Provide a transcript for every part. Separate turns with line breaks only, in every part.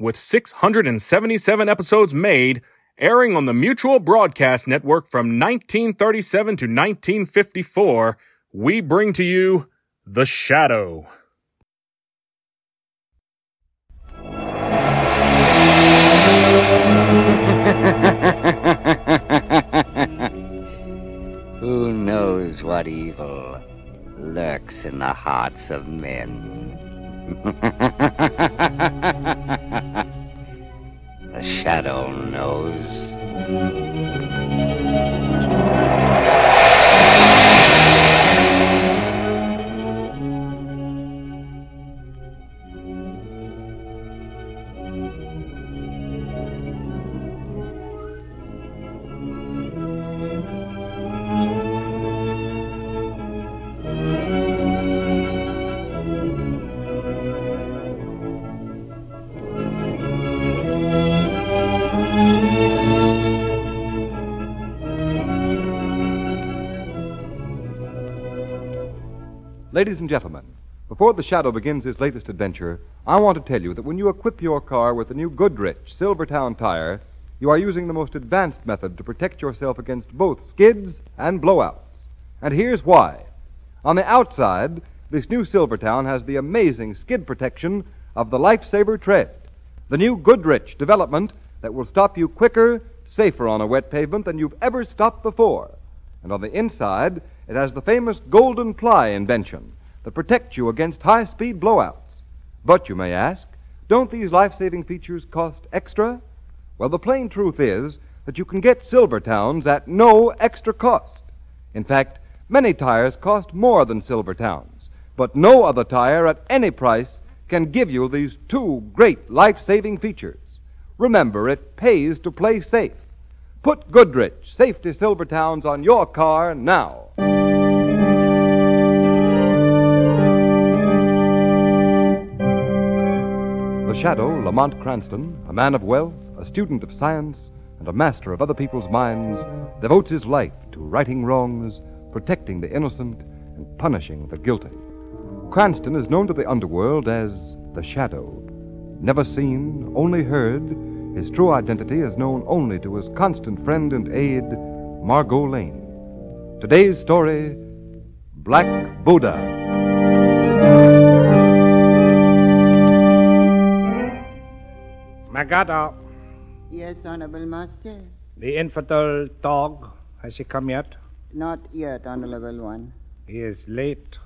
with 677 episodes made, airing on the Mutual Broadcast Network from 1937 to 1954, we bring to you The Shadow.
Who knows what evil lurks in the hearts of men? the shadow knows.
Ladies and gentlemen, before the Shadow begins his latest adventure, I want to tell you that when you equip your car with the new Goodrich Silvertown tire, you are using the most advanced method to protect yourself against both skids and blowouts. And here's why. On the outside, this new Silvertown has the amazing skid protection of the Lifesaver tread, the new Goodrich development that will stop you quicker, safer on a wet pavement than you've ever stopped before. And on the inside, it has the famous golden ply invention that protects you against high speed blowouts. But you may ask, don't these life saving features cost extra? Well, the plain truth is that you can get Silvertowns at no extra cost. In fact, many tires cost more than Silvertowns, but no other tire at any price can give you these two great life saving features. Remember, it pays to play safe. Put Goodrich Safety Silvertowns on your car now. The Shadow, Lamont Cranston, a man of wealth, a student of science, and a master of other people's minds, devotes his life to righting wrongs, protecting the innocent, and punishing the guilty. Cranston is known to the underworld as the Shadow. Never seen, only heard, his true identity is known only to his constant friend and aide, Margot Lane. Today's story Black Buddha.
Magada,
Yes, Honorable Master.
uh, the infidel dog, has he come yet?
Not yet, Honorable One.
He is late.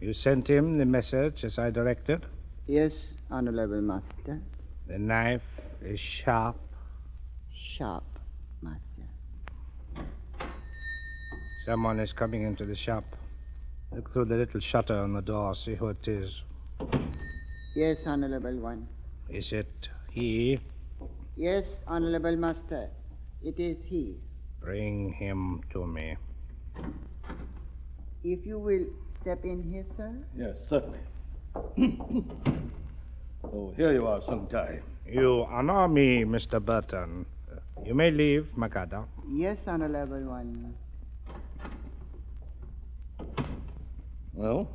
You sent him the message as I directed.
Yes, Honorable Master.
The knife is sharp.
Sharp, Master.
Someone is coming into the shop. Look through the little shutter on the door, see who it is.
Yes, Honorable One.
Is it he?
Yes, Honorable Master. It is he.
Bring him to me.
If you will step in here, sir.
Yes, certainly. oh, here you are, Suntai.
You honor me, Mr. Burton. You may leave, uh. Magada.
Yes, Honorable One.
Well,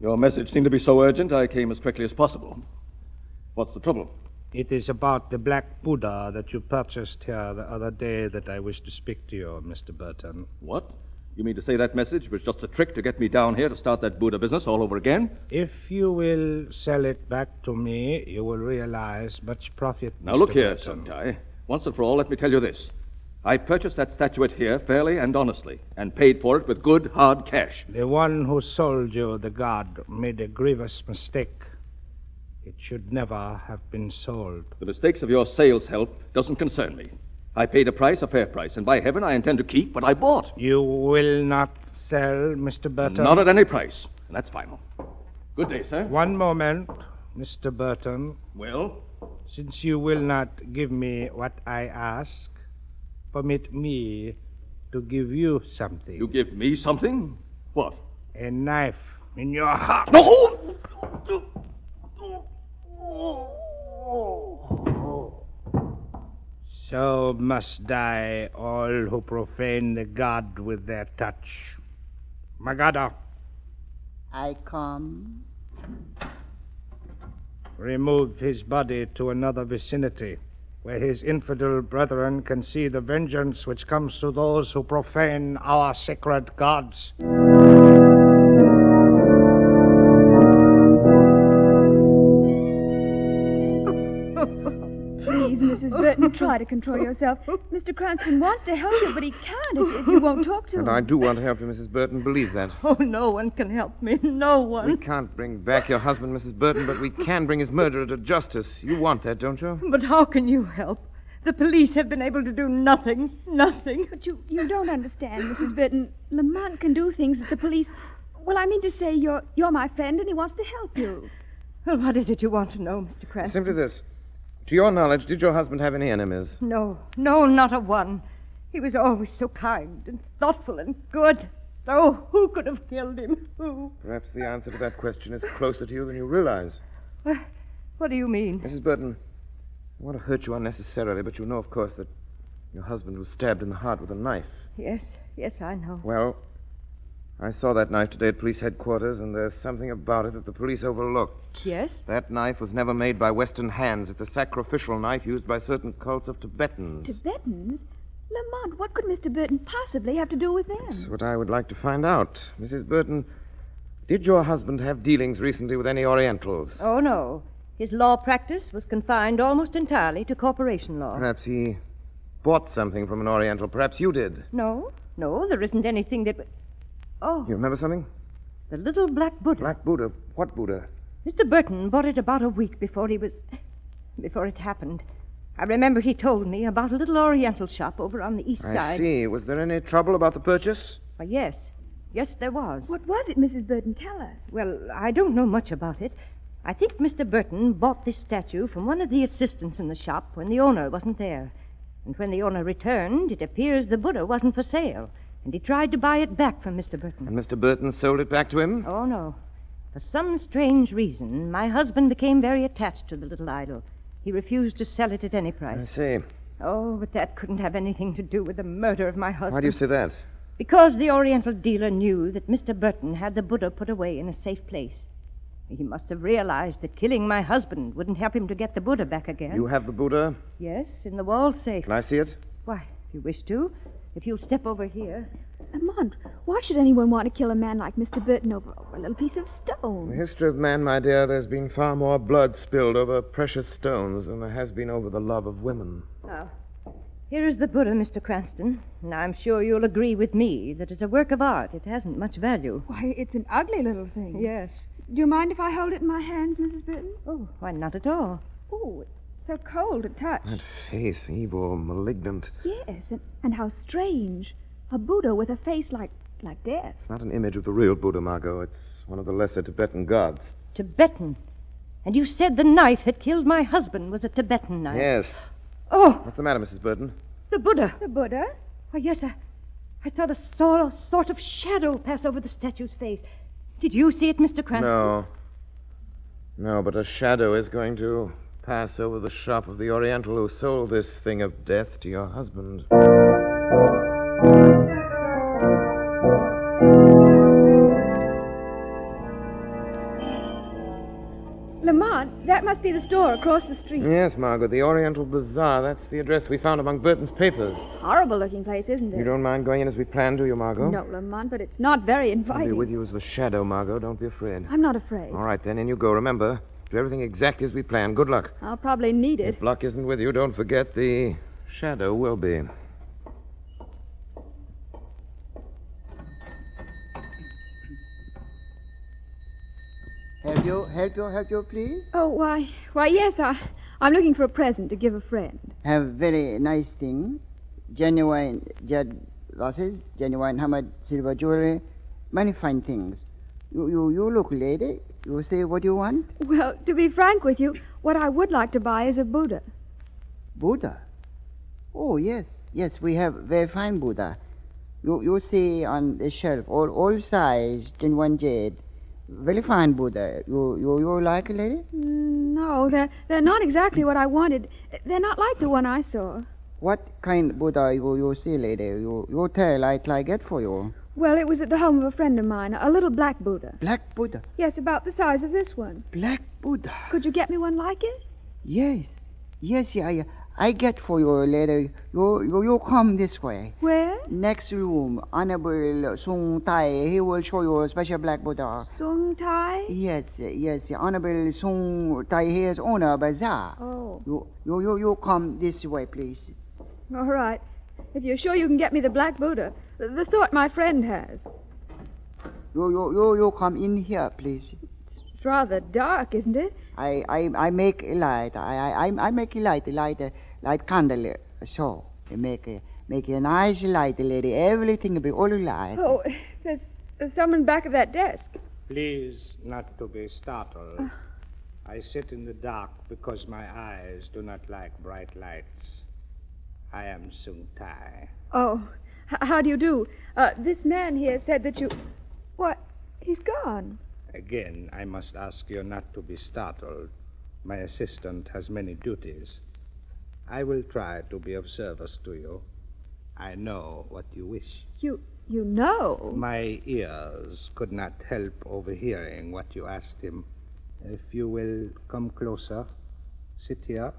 your message seemed to be so urgent, I came as quickly as possible. What's the trouble?
It is about the black Buddha that you purchased here the other day that I wish to speak to you, Mr. Burton.
What? You mean to say that message was just a trick to get me down here to start that Buddha business all over again?
If you will sell it back to me, you will realize much profit.
Now,
Mr.
look here,
Burton.
Suntai. Once and for all, let me tell you this. I purchased that statuette here fairly and honestly, and paid for it with good, hard cash.
The one who sold you the god made a grievous mistake. It should never have been sold.
The mistakes of your sales help doesn't concern me. I paid a price, a fair price, and by heaven, I intend to keep what I bought.
You will not sell, Mr.
uh,
Burton.
Not at any price. And that's final. Good day, sir.
One moment, Mr. Burton.
Well,
Since you will not give me what I ask, permit me to give you something.
You give me something? What?
A knife in your heart.
No!
So must die all who profane the god with their touch. Magada,
I come.
remove his body to another vicinity, where his infidel brethren can see the vengeance which comes to those who profane our sacred gods.
Please, Mrs. Burton, try to control yourself. Mr. Cranston wants to help you, but he can't if, if you won't talk to him.
And I do want to help you, Mrs. Burton. Believe that.
Oh, no one can help me. No
We
one.
can't bring back your husband, Mrs. Burton, but we can bring his murderer to justice. You want that, don't you?
But how can you help? The police have been able to do nothing. Nothing.
But you, you don't understand, Mrs. Burton. Lamont can do things that the police. Well, I mean to say, you're, you're my friend and he wants to help you.
Well, what is it you want to know, Mr. Cranston?
Simply this. To your knowledge, did your husband have any enemies?
No, no, not a one. He was always so kind and thoughtful and good. Oh, who could have killed him? Who?
Perhaps the answer to that question is closer to you than you realize.
Wha- What do you mean?
Mrs. Burton, I want to hurt you unnecessarily, but you know, of course, that your husband was stabbed in the heart with a knife.
Yes, yes, I know.
Well, I saw that knife today at police headquarters, and there's something about it that the police overlooked.
Yes?
That knife was never made by Western hands. It's a sacrificial knife used by certain cults of Tibetans.
Tibetans? Lamont, what could Mr. Burton possibly have to do with them?
That's what I would like to find out. Mrs. Burton, did your husband have dealings recently with any Orientals?
Oh, no. His law practice was confined almost entirely to corporation law.
Perhaps he bought something from an Oriental. Perhaps you did.
No, no, there isn't anything that. Oh,
You remember something?
the little black Buddha.
Black Buddha. What Buddha?
Mr. Burton bought it about a week before he was. before it happened. I remember he told me about a little Oriental shop over on the east
I
side.
see. Was there any trouble about the purchase?
Why, yes. Yes, there was.
What was it, Mrs. Burton? Tell us.
Well, I don't know much about it. I think Mr. Burton bought this statue from one of the assistants in the shop when the owner wasn't there. And when the owner returned, it appears the Buddha wasn't for sale, and he tried to buy it back from Mr. Burton.
And Mr. Burton sold it back to him?
Oh, no. For some strange reason, my husband became very attached to the little idol. He refused to sell it at any
I
price.
see.
Oh, but that couldn't have anything to do with the murder of my husband.
Why do you say that?
Because the Oriental dealer knew that Mr. Burton had the Buddha put away in a safe place. He must have realized that killing my husband wouldn't help him to get the Buddha back again.
You have the Buddha.
Yes, in the wall safe.
Can I see it?
Why, if you wish to, if you'll step over here.
Lamont, why should anyone want to kill a man like Mr. Burton over, over a little piece
In
of
the
stone?
history of man, my dear, there's been far more blood spilled over precious stones than there has been over the love of women.
Now, here is the Buddha, Mr. Cranston. And I'm sure you'll agree with me that as a work of art, it hasn't much value.
Why, it's an ugly little thing.
Yes.
Do you mind if I hold it in my hands, Mrs. Burton?
Oh, why, not at all.
Oh, it's so cold to touch.
That face, evil, malignant.
Yes, and, and how strange. A Buddha with a face like like death.
It's not an image of the real Buddha, Margot. It's one of the lesser Tibetan gods.
Tibetan. And you said the knife that killed my husband was a Tibetan knife.
Yes.
Oh,
What's the matter, Mrs. Burton?
the Buddha.
The Buddha?
Why, yes, I, I thought I saw a sort of shadow pass over the statue's face. Did you see it, Mr. Cranston?
No. No, but a shadow is going to pass over the shop of the Oriental who sold this thing of death to your husband.
Lamont, that must be the store across the street.
Yes, Margot, the Oriental Bazaar. That's the address we found among Burton's papers.
Horrible looking place, isn't it?
You don't mind going in as we planned, do you, Margot?
No, Lamont, but it's not very
I'll be
inviting.
with you as the shadow, Margot. Don't be afraid.
I'm not afraid.
All right, then, in you go. Remember, do everything exactly as we planned. Good luck.
I'll probably need it.
If luck isn't with you, don't forget the shadow will be.
Help you, help you, help you, please.
Oh, why? Why, yes, I, I'm looking for a present to give a friend.
Have very nice thing. Genuine jade vases, genuine hammered silver jewelry, many fine things. You, you, you look, lady. You say what you want?
Well, to be frank with you, what I would like to buy is a Buddha.
Buddha. Oh, yes. Yes, we have very fine Buddha. You, you see on the shelf, all, all size, genuine jade. Very fine Buddha. You, you, you like, lady?
Mm, No, they're, they're not exactly what I wanted. They're not like the one I saw.
What kind Buddha you, you see, lady? You, you tell I try get for you.
Well, it was at the home of a friend of mine, a little black Buddha.
Black Buddha.
Yes, about the size of this one.
Black Buddha.
Could you get me one like it?
Yes. Yes, I, I get for you, lady. You, you, you come this way.
Where?
Next room, Honorable Sung Tai, he will show you a special black Buddha.
Sung Tai?
Yes, yes, Honorable Sung Tai, he is owner bazaar.
Oh,
You, you, you, you come this way, please.
all right. If you're sure you can get me the black Buddha, the, the sort my friend has.
You, you, you, you come in here, please.
It's rather dark, isn't it?
I, I, I make a light. I, I, I- I make a light, a light, a light candle. uh, So, I make a, make a nice light, lady. Everything will be all light.
Oh, there's, there's someone back of that desk.
Please not to be startled. I sit in the dark because my eyes do not like bright lights. I am Sung Tai.
Oh, h- how do you do? Uh, this man here said that you. What? He's gone.
Again, I must ask you not to be startled. My assistant has many duties. I will try to be of service to you. I know what you wish.
You you know.
My ears could not help overhearing what you asked him. If you will come closer, sit here,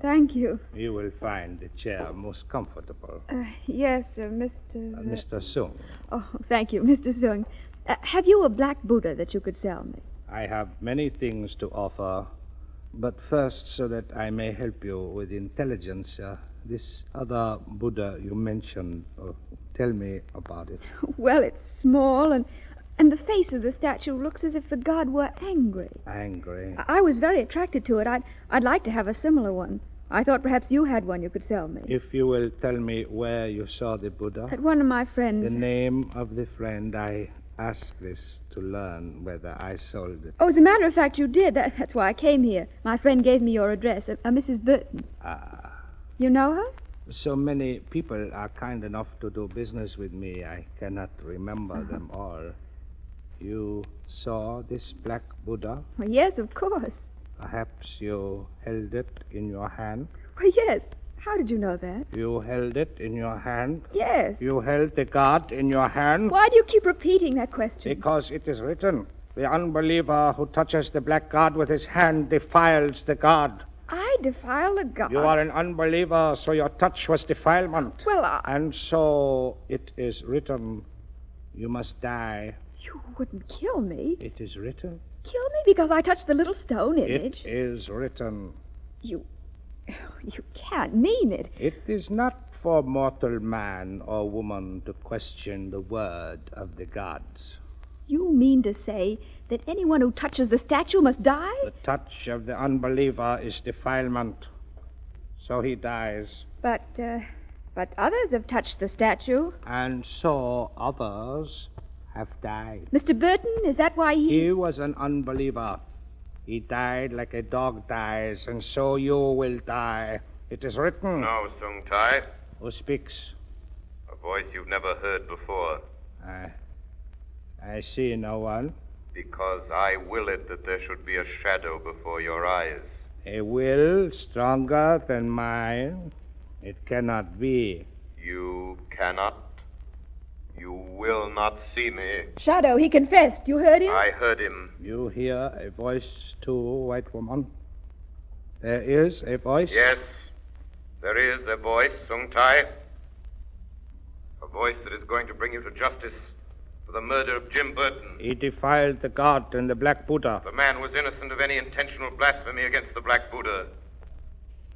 Thank you.
you will find the chair most comfortable.
Uh, yes, uh, Mr.
Uh, Mr. Sung,
Oh, thank you, Mr. Sung. Uh, have you a black Buddha that you could sell me?
I have many things to offer, but first, so that I may help you with intelligence, uh, this other Buddha you mentioned, uh, tell me about it.
Well, it's small and. And the face of the statue looks as if the god were angry.
Angry.
I I was very attracted to it. I'd, I'd like to have a similar one. I thought perhaps you had one you could sell me.
If you will tell me where you saw the Buddha,
At one of my
the
friends.
name of the friend, I ask this to learn whether I sold it.
Oh, as a matter of fact, you did. That, that's why I came here. My friend gave me your address, a, a Mrs. Burton.
Ah.
You know her?
So many people are kind enough to do business with me, I cannot remember them all. You saw this black Buddha?
Well, yes, of course.
Perhaps you held it in your hand?
Well, yes. How did you know that?
You held it in your hand?
Yes.
You held the god in your hand?
Why do you keep repeating that question?
Because it is written the unbeliever who touches the black god with his hand defiles the god.
I defile the god.
You are an unbeliever, so your touch was defilement.
Well, I...
And so it is written you must die.
you wouldn't kill me.
It is written?
Kill me because I touched the little stone image.
It is written.
You. You can't mean it.
It is not for mortal man or woman to question the word of the gods.
You mean to say that anyone who touches the statue must die?
The touch of the unbeliever is defilement. So he dies.
But, uh, but others have touched the statue.
And so others have died.
Mr. Burton, is that why he.
He was an unbeliever. He died like a dog dies, and so you will die. It is written.
Now, Sung Tai,
Who speaks?
a voice you've never heard before,
I, I see no one.
because I will it that there should be a shadow before your eyes.
A will stronger than mine. It cannot be.
You cannot. You will not see me.
Shadow, he confessed. You heard him?
I heard him.
You hear a voice too, white woman? There is a voice?
Yes, there is a voice, Sung Tai. A voice that is going to bring you to justice for the murder of Jim Burton.
He defiled the god and the black Buddha.
The man was innocent of any intentional blasphemy against the Black Buddha.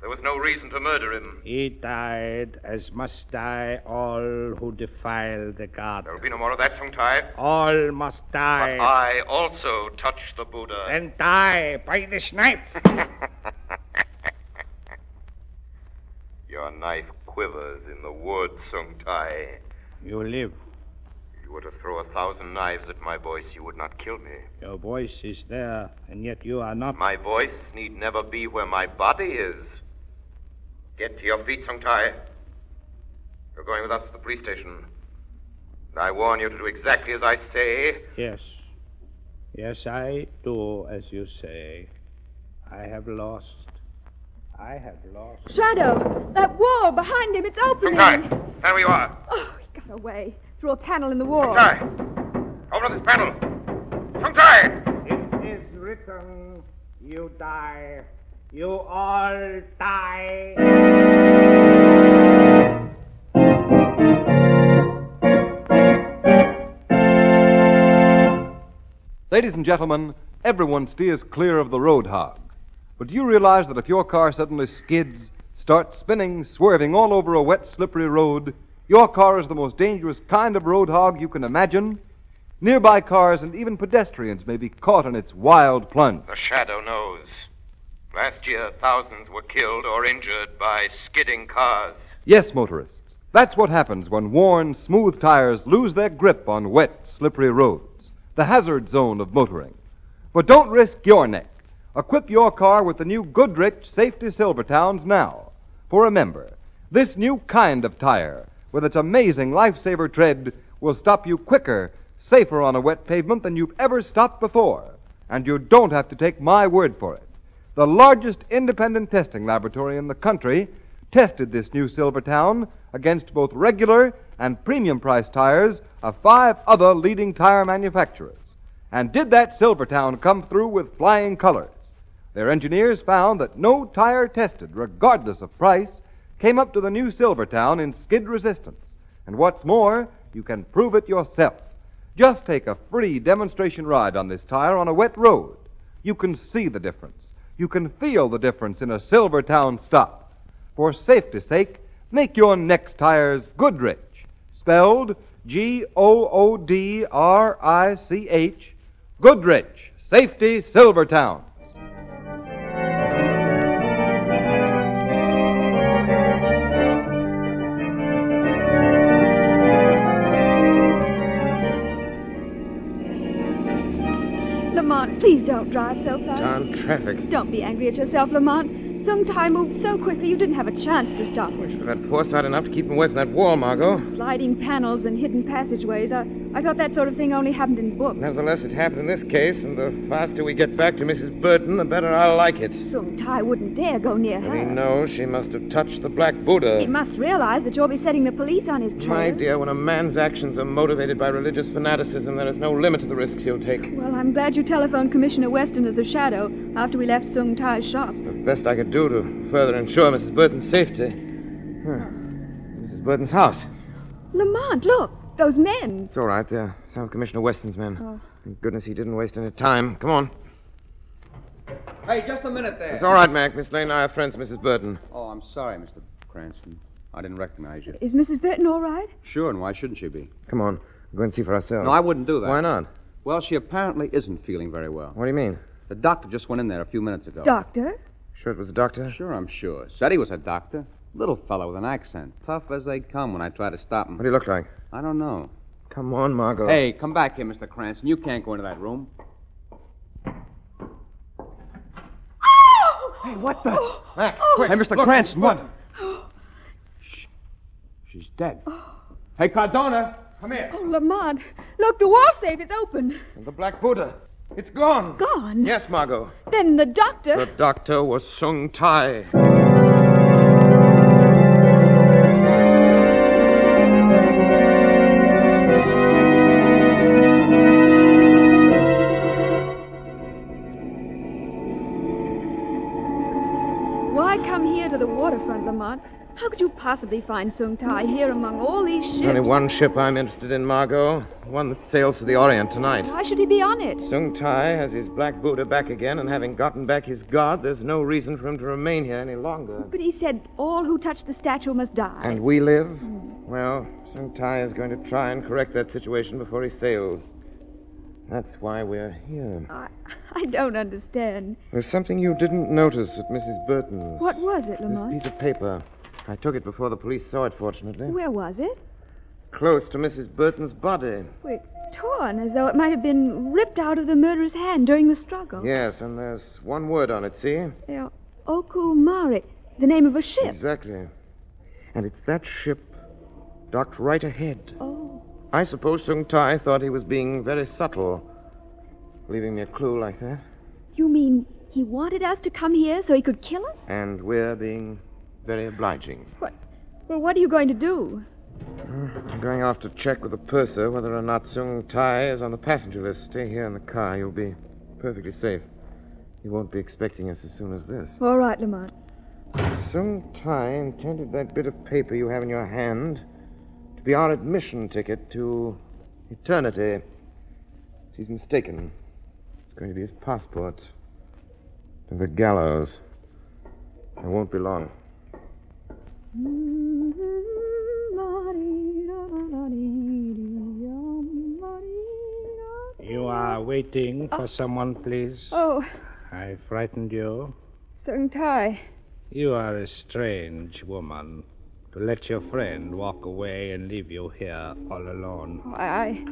There was no reason to murder him.
He died, as must die all who defile the god.
There will be no more of that, Sung Tai.
All must
But
die.
I also touched the Buddha.
And die by this knife.
Your knife quivers in the wood, Sung Tai.
you live.
You you were to throw a thousand knives at my voice, you would not kill me.
Your voice is there, and yet you are not.
My voice need never be where my body is. Get to your feet, Sung Tai. You're going with us to the police station. And I warn you to do exactly as I say.
Yes. Yes, I do as you say. I have lost. I have lost.
Shadow! That wall behind him, it's opening!
There we are.
Oh, he got away. Through a panel in the wall.
Open this panel. Sung Tai!
It is written, you die. You all die.
Ladies and gentlemen, everyone steers clear of the road hog. But do you realize that if your car suddenly skids, starts spinning, swerving all over a wet, slippery road, your car is the most dangerous kind of road hog you can imagine? Nearby cars and even pedestrians may be caught in its wild plunge.
The shadow knows. Last year, thousands were killed or injured by skidding cars.
Yes, motorists, that's what happens when worn, smooth tires lose their grip on wet, slippery roads, the hazard zone of motoring. But don't risk your neck. Equip your car with the new Goodrich Safety Silvertowns now. For remember, this new kind of tire, with its amazing lifesaver tread, will stop you quicker, safer on a wet pavement than you've ever stopped before. And you don't have to take my word for it. The largest independent testing laboratory in the country tested this new Silvertown against both regular and premium price tires of five other leading tire manufacturers. And did that Silvertown come through with flying colors? Their engineers found that no tire tested, regardless of price, came up to the new Silvertown in skid resistance. And what's more, you can prove it yourself. Just take a free demonstration ride on this tire on a wet road. You can see the difference. You can feel the difference in a Silvertown stop. For safety's sake, make your next tires Goodrich, spelled G O O D R I C H, Goodrich Safety Silvertown.
Lamont, please don't drive so fast.
Darn traffic.
Don't be angry at yourself, Lamont. Some tie moved so quickly you didn't have a chance to stop it.
That foresight enough to keep him away from that wall, Margot.
Sliding panels and hidden passageways. I, I thought that sort of thing only happened in books.
Nevertheless, it happened in this case, and the faster we get back to Mrs. Burton, the better I'll like it.
Some tie wouldn't dare go near
We
her.
know she must have touched the Black Buddha.
He must realize that you'll be setting the police on his trail.
My dear, when a man's actions are motivated by religious fanaticism, there is no limit to the risks he'll take.
Well, I'm glad you telephoned Commissioner Weston as a shadow after we left Sung Tai's shop.
The best I could do to further ensure Mrs. Burton's safety. Huh. Mrs. Burton's house.
Lamont, look, those men.
It's all right. They're South Commissioner Weston's men.
Oh.
Thank goodness he didn't waste any time. Come on.
Hey, just a minute there.
It's all right, Mac. Miss Lane and I are friends, Mrs. Burton.
Oh, I'm sorry, Mr. Cranston. I didn't recognize you.
Is Mrs. Burton all right?
Sure, and why shouldn't she be?
Come on. We'll go and see for ourselves.
No, I wouldn't do that.
Why not?
Well, she apparently isn't feeling very well.
What do you mean?
The doctor just went in there a few minutes ago.
Doctor?
Sure it was a doctor?
Sure, I'm sure. Said he was a doctor. Little fellow with an accent. Tough as they come when I try to stop him.
What do you look like?
I don't know.
Come on, Margot.
Hey, come back here, Mr. Cranston. You can't go into that room.
Hey, what the?
Oh,
Mac, quick.
Hey, Mr.
Look.
Cranston, what? Shh. She's dead. Hey, Cardona, come here.
Oh, Lamont, look, the wall safe is open.
The Black Buddha. It's gone.
Gone.
Yes, Margot.
Then the doctor.
The doctor was Sung Tai.
Why come here to the waterfront, Lamont? How could you possibly find Sung Tai here among all these ships?
There's only one ship I'm interested in, Margot. One that sails for the Orient tonight.
Why should he be on it?
Sung Tai has his black Buddha back again, and having gotten back his god, there's no reason for him to remain here any longer.
But he said all who touch the statue must die.
And we live? Well, Sung Tai is going to try and correct that situation before he sails. That's why we're here.
I, I don't understand.
There's something you didn't notice at Mrs. Burton's.
What was it,
This
Lamont?
piece of paper. I took it before the police saw it, fortunately.
Where was it?
close to Mrs. Burton's body.
Well, it's torn as though it might have been ripped out of the murderer's hand during the struggle.
Yes, and there's one word on it, see?
They are Okumari, the name of a ship.
Exactly. And it's that ship docked right ahead.
Oh.
I suppose Sung Tai thought he was being very subtle, leaving me a clue like that.
You mean he wanted us to come here so he could kill us?
And we're being very obliging.
Well, what are you going to do?
I'm going off to check with the purser whether or not Sung Tai is on the passenger list. Stay here in the car. You'll be perfectly safe. He won't be expecting us as soon as this.
All right, Lamont.
Sung Tai intended that bit of paper you have in your hand to be our admission ticket to eternity. She's mistaken. It's going to be his passport to the gallows. It won't be long.
You are waiting for someone, please.
Oh,
I frightened you.
Sung Tai.
You are a strange woman to let your friend walk away and leave you here all alone.
Oh, I, I,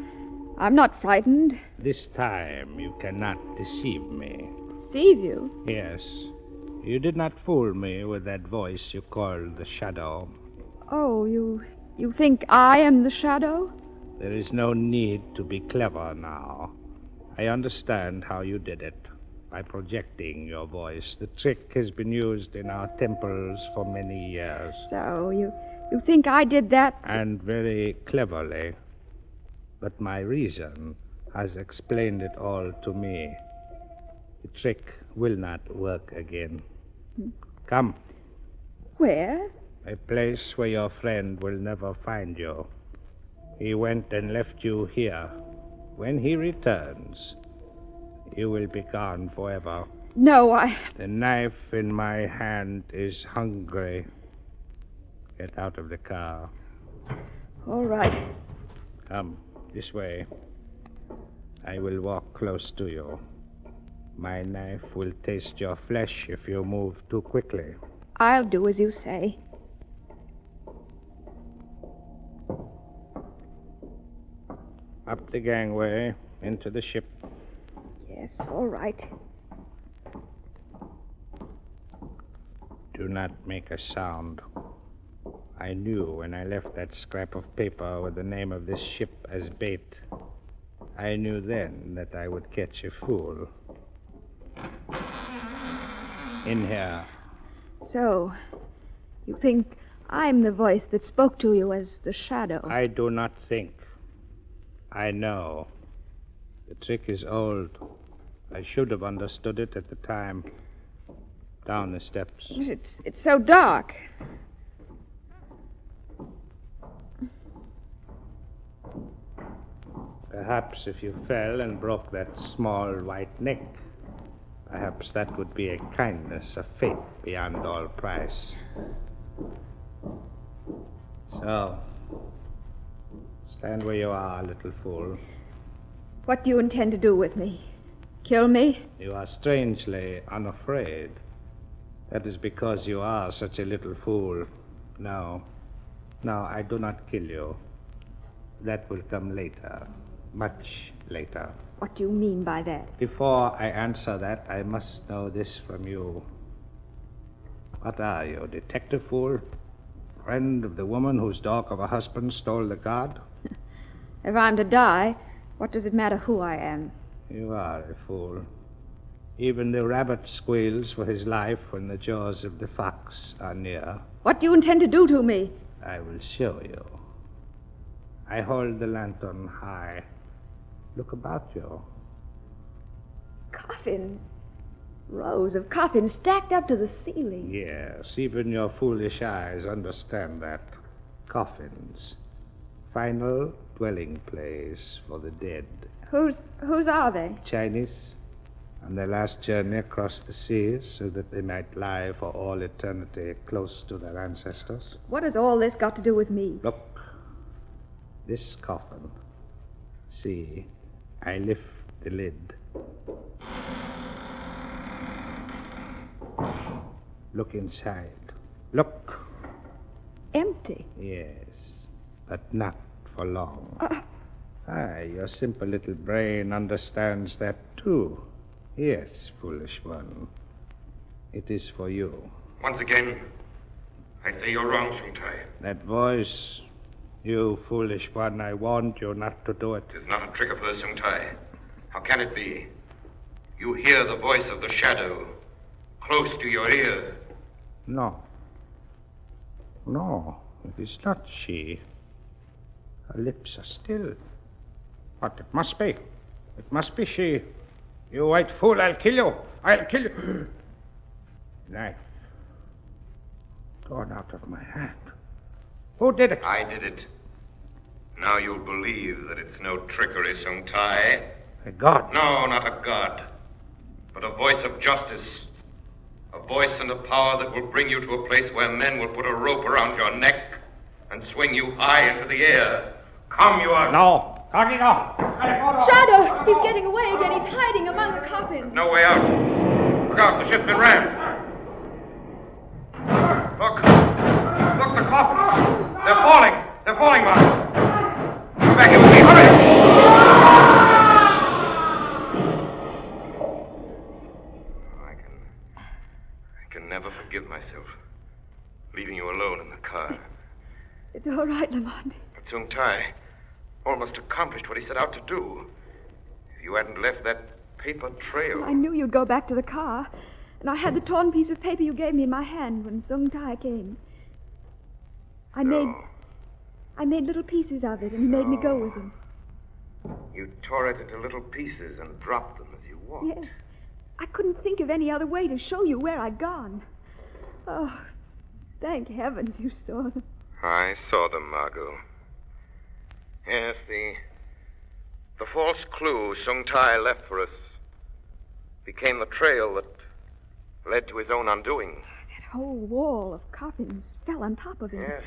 I'm not frightened.
This time you cannot deceive me.
Save you.
Yes. You did not fool me with that voice you called the shadow.
Oh, you, you think I am the shadow?
There is no need to be clever now. I understand how you did it by projecting your voice. The trick has been used in our temples for many years,
So you, you think I did that?
and very cleverly. But my reason has explained it all to me. The trick will not work again. Come,
Where?
a place where your friend will never find you. He went and left you here. When he returns, you will be gone forever.
No, I.
The knife in my hand is hungry. Get out of the car.
All right.
Come, this way. I will walk close to you. My knife will taste your flesh if you move too quickly.
I'll do as you say.
Up the gangway, into the ship.
Yes, all right.
Do not make a sound. I knew when I left that scrap of paper with the name of this ship as bait. I knew then that I would catch a fool. In here.
So, you think I'm the voice that spoke to you as the shadow?
I do not think. I know. The trick is old. I should have understood it at the time. Down the steps.
But It's, it's so dark.
Perhaps if you fell and broke that small white neck, perhaps that would be a kindness, a fate beyond all price. So, stand where you are, little fool.
What do you intend to do with me? Kill me?
You are strangely unafraid. That is because you are such a little fool. No. No, I do not kill you. That will come later. Much later.
What do you mean by that?
Before I answer that, I must know this from you. What are you, detective fool? Friend of the woman whose dog of a husband stole the guard?
If I'm to die, what does it matter who I am?
You are a fool. Even the rabbit squeals for his life when the jaws of the fox are near.
What do you intend to do to me?
I will show you. I hold the lantern high. Look about you.
Coffins. Rows of coffins stacked up to the ceiling.
Yes, even your foolish eyes understand that. Coffins. Final dwelling place for the dead.
Whose whose are they?
Chinese on their last journey across the seas so that they might lie for all eternity close to their ancestors.
What has all this got to do with me?
Look, this coffin. See, I lift the lid. Look inside. Look.
Empty.
Yes, but not for long. Ah, your simple little brain understands that too. Yes, foolish one. It is for you.
Once again, I say you're wrong, Shungtai.
That voice, you foolish one, I warned you not to do it.
It's not a trick of hers, Shungtai. How can it be? You hear the voice of the shadow close to your ear.
No. No, it is not she. Her lips are still. But it must be. It must be she. You white fool, I'll kill you. I'll kill you. Knife. Torn out of my hand. Who did it?
I did it. Now you'll believe that it's no trickery, Shungtai.
A god.
No, not a god, but a voice of justice. A voice and a power that will bring you to a place where men will put a rope around your neck and swing you high into the air. Come, you are.
No. Cocking off. Oh.
Shadow! He's getting away again. He's hiding among the coffins.
No way out. Look out, the ship's been rammed. Look, look, the coffins. They're falling. They're falling, Mark. Come back here with me. Hurry. I can never forgive myself. Leaving you alone in the car.
It's all right, Lamont.
But Tsung Tai almost accomplished what he set out to do. If you hadn't left that paper trail.
I knew you'd go back to the car. And I had the torn piece of paper you gave me in my hand when Sung Tai came. I made. I made little pieces of it, and he made me go with him.
You tore it into little pieces and dropped them as you walked.
Yes. I couldn't think of any other way to show you where I'd gone. Oh, thank heavens you saw them.
I saw them, Margot. Yes, the the false clue Sung Tai left for us became the trail that led to his own undoing.
That whole wall of coffins fell on top of him.
Yes.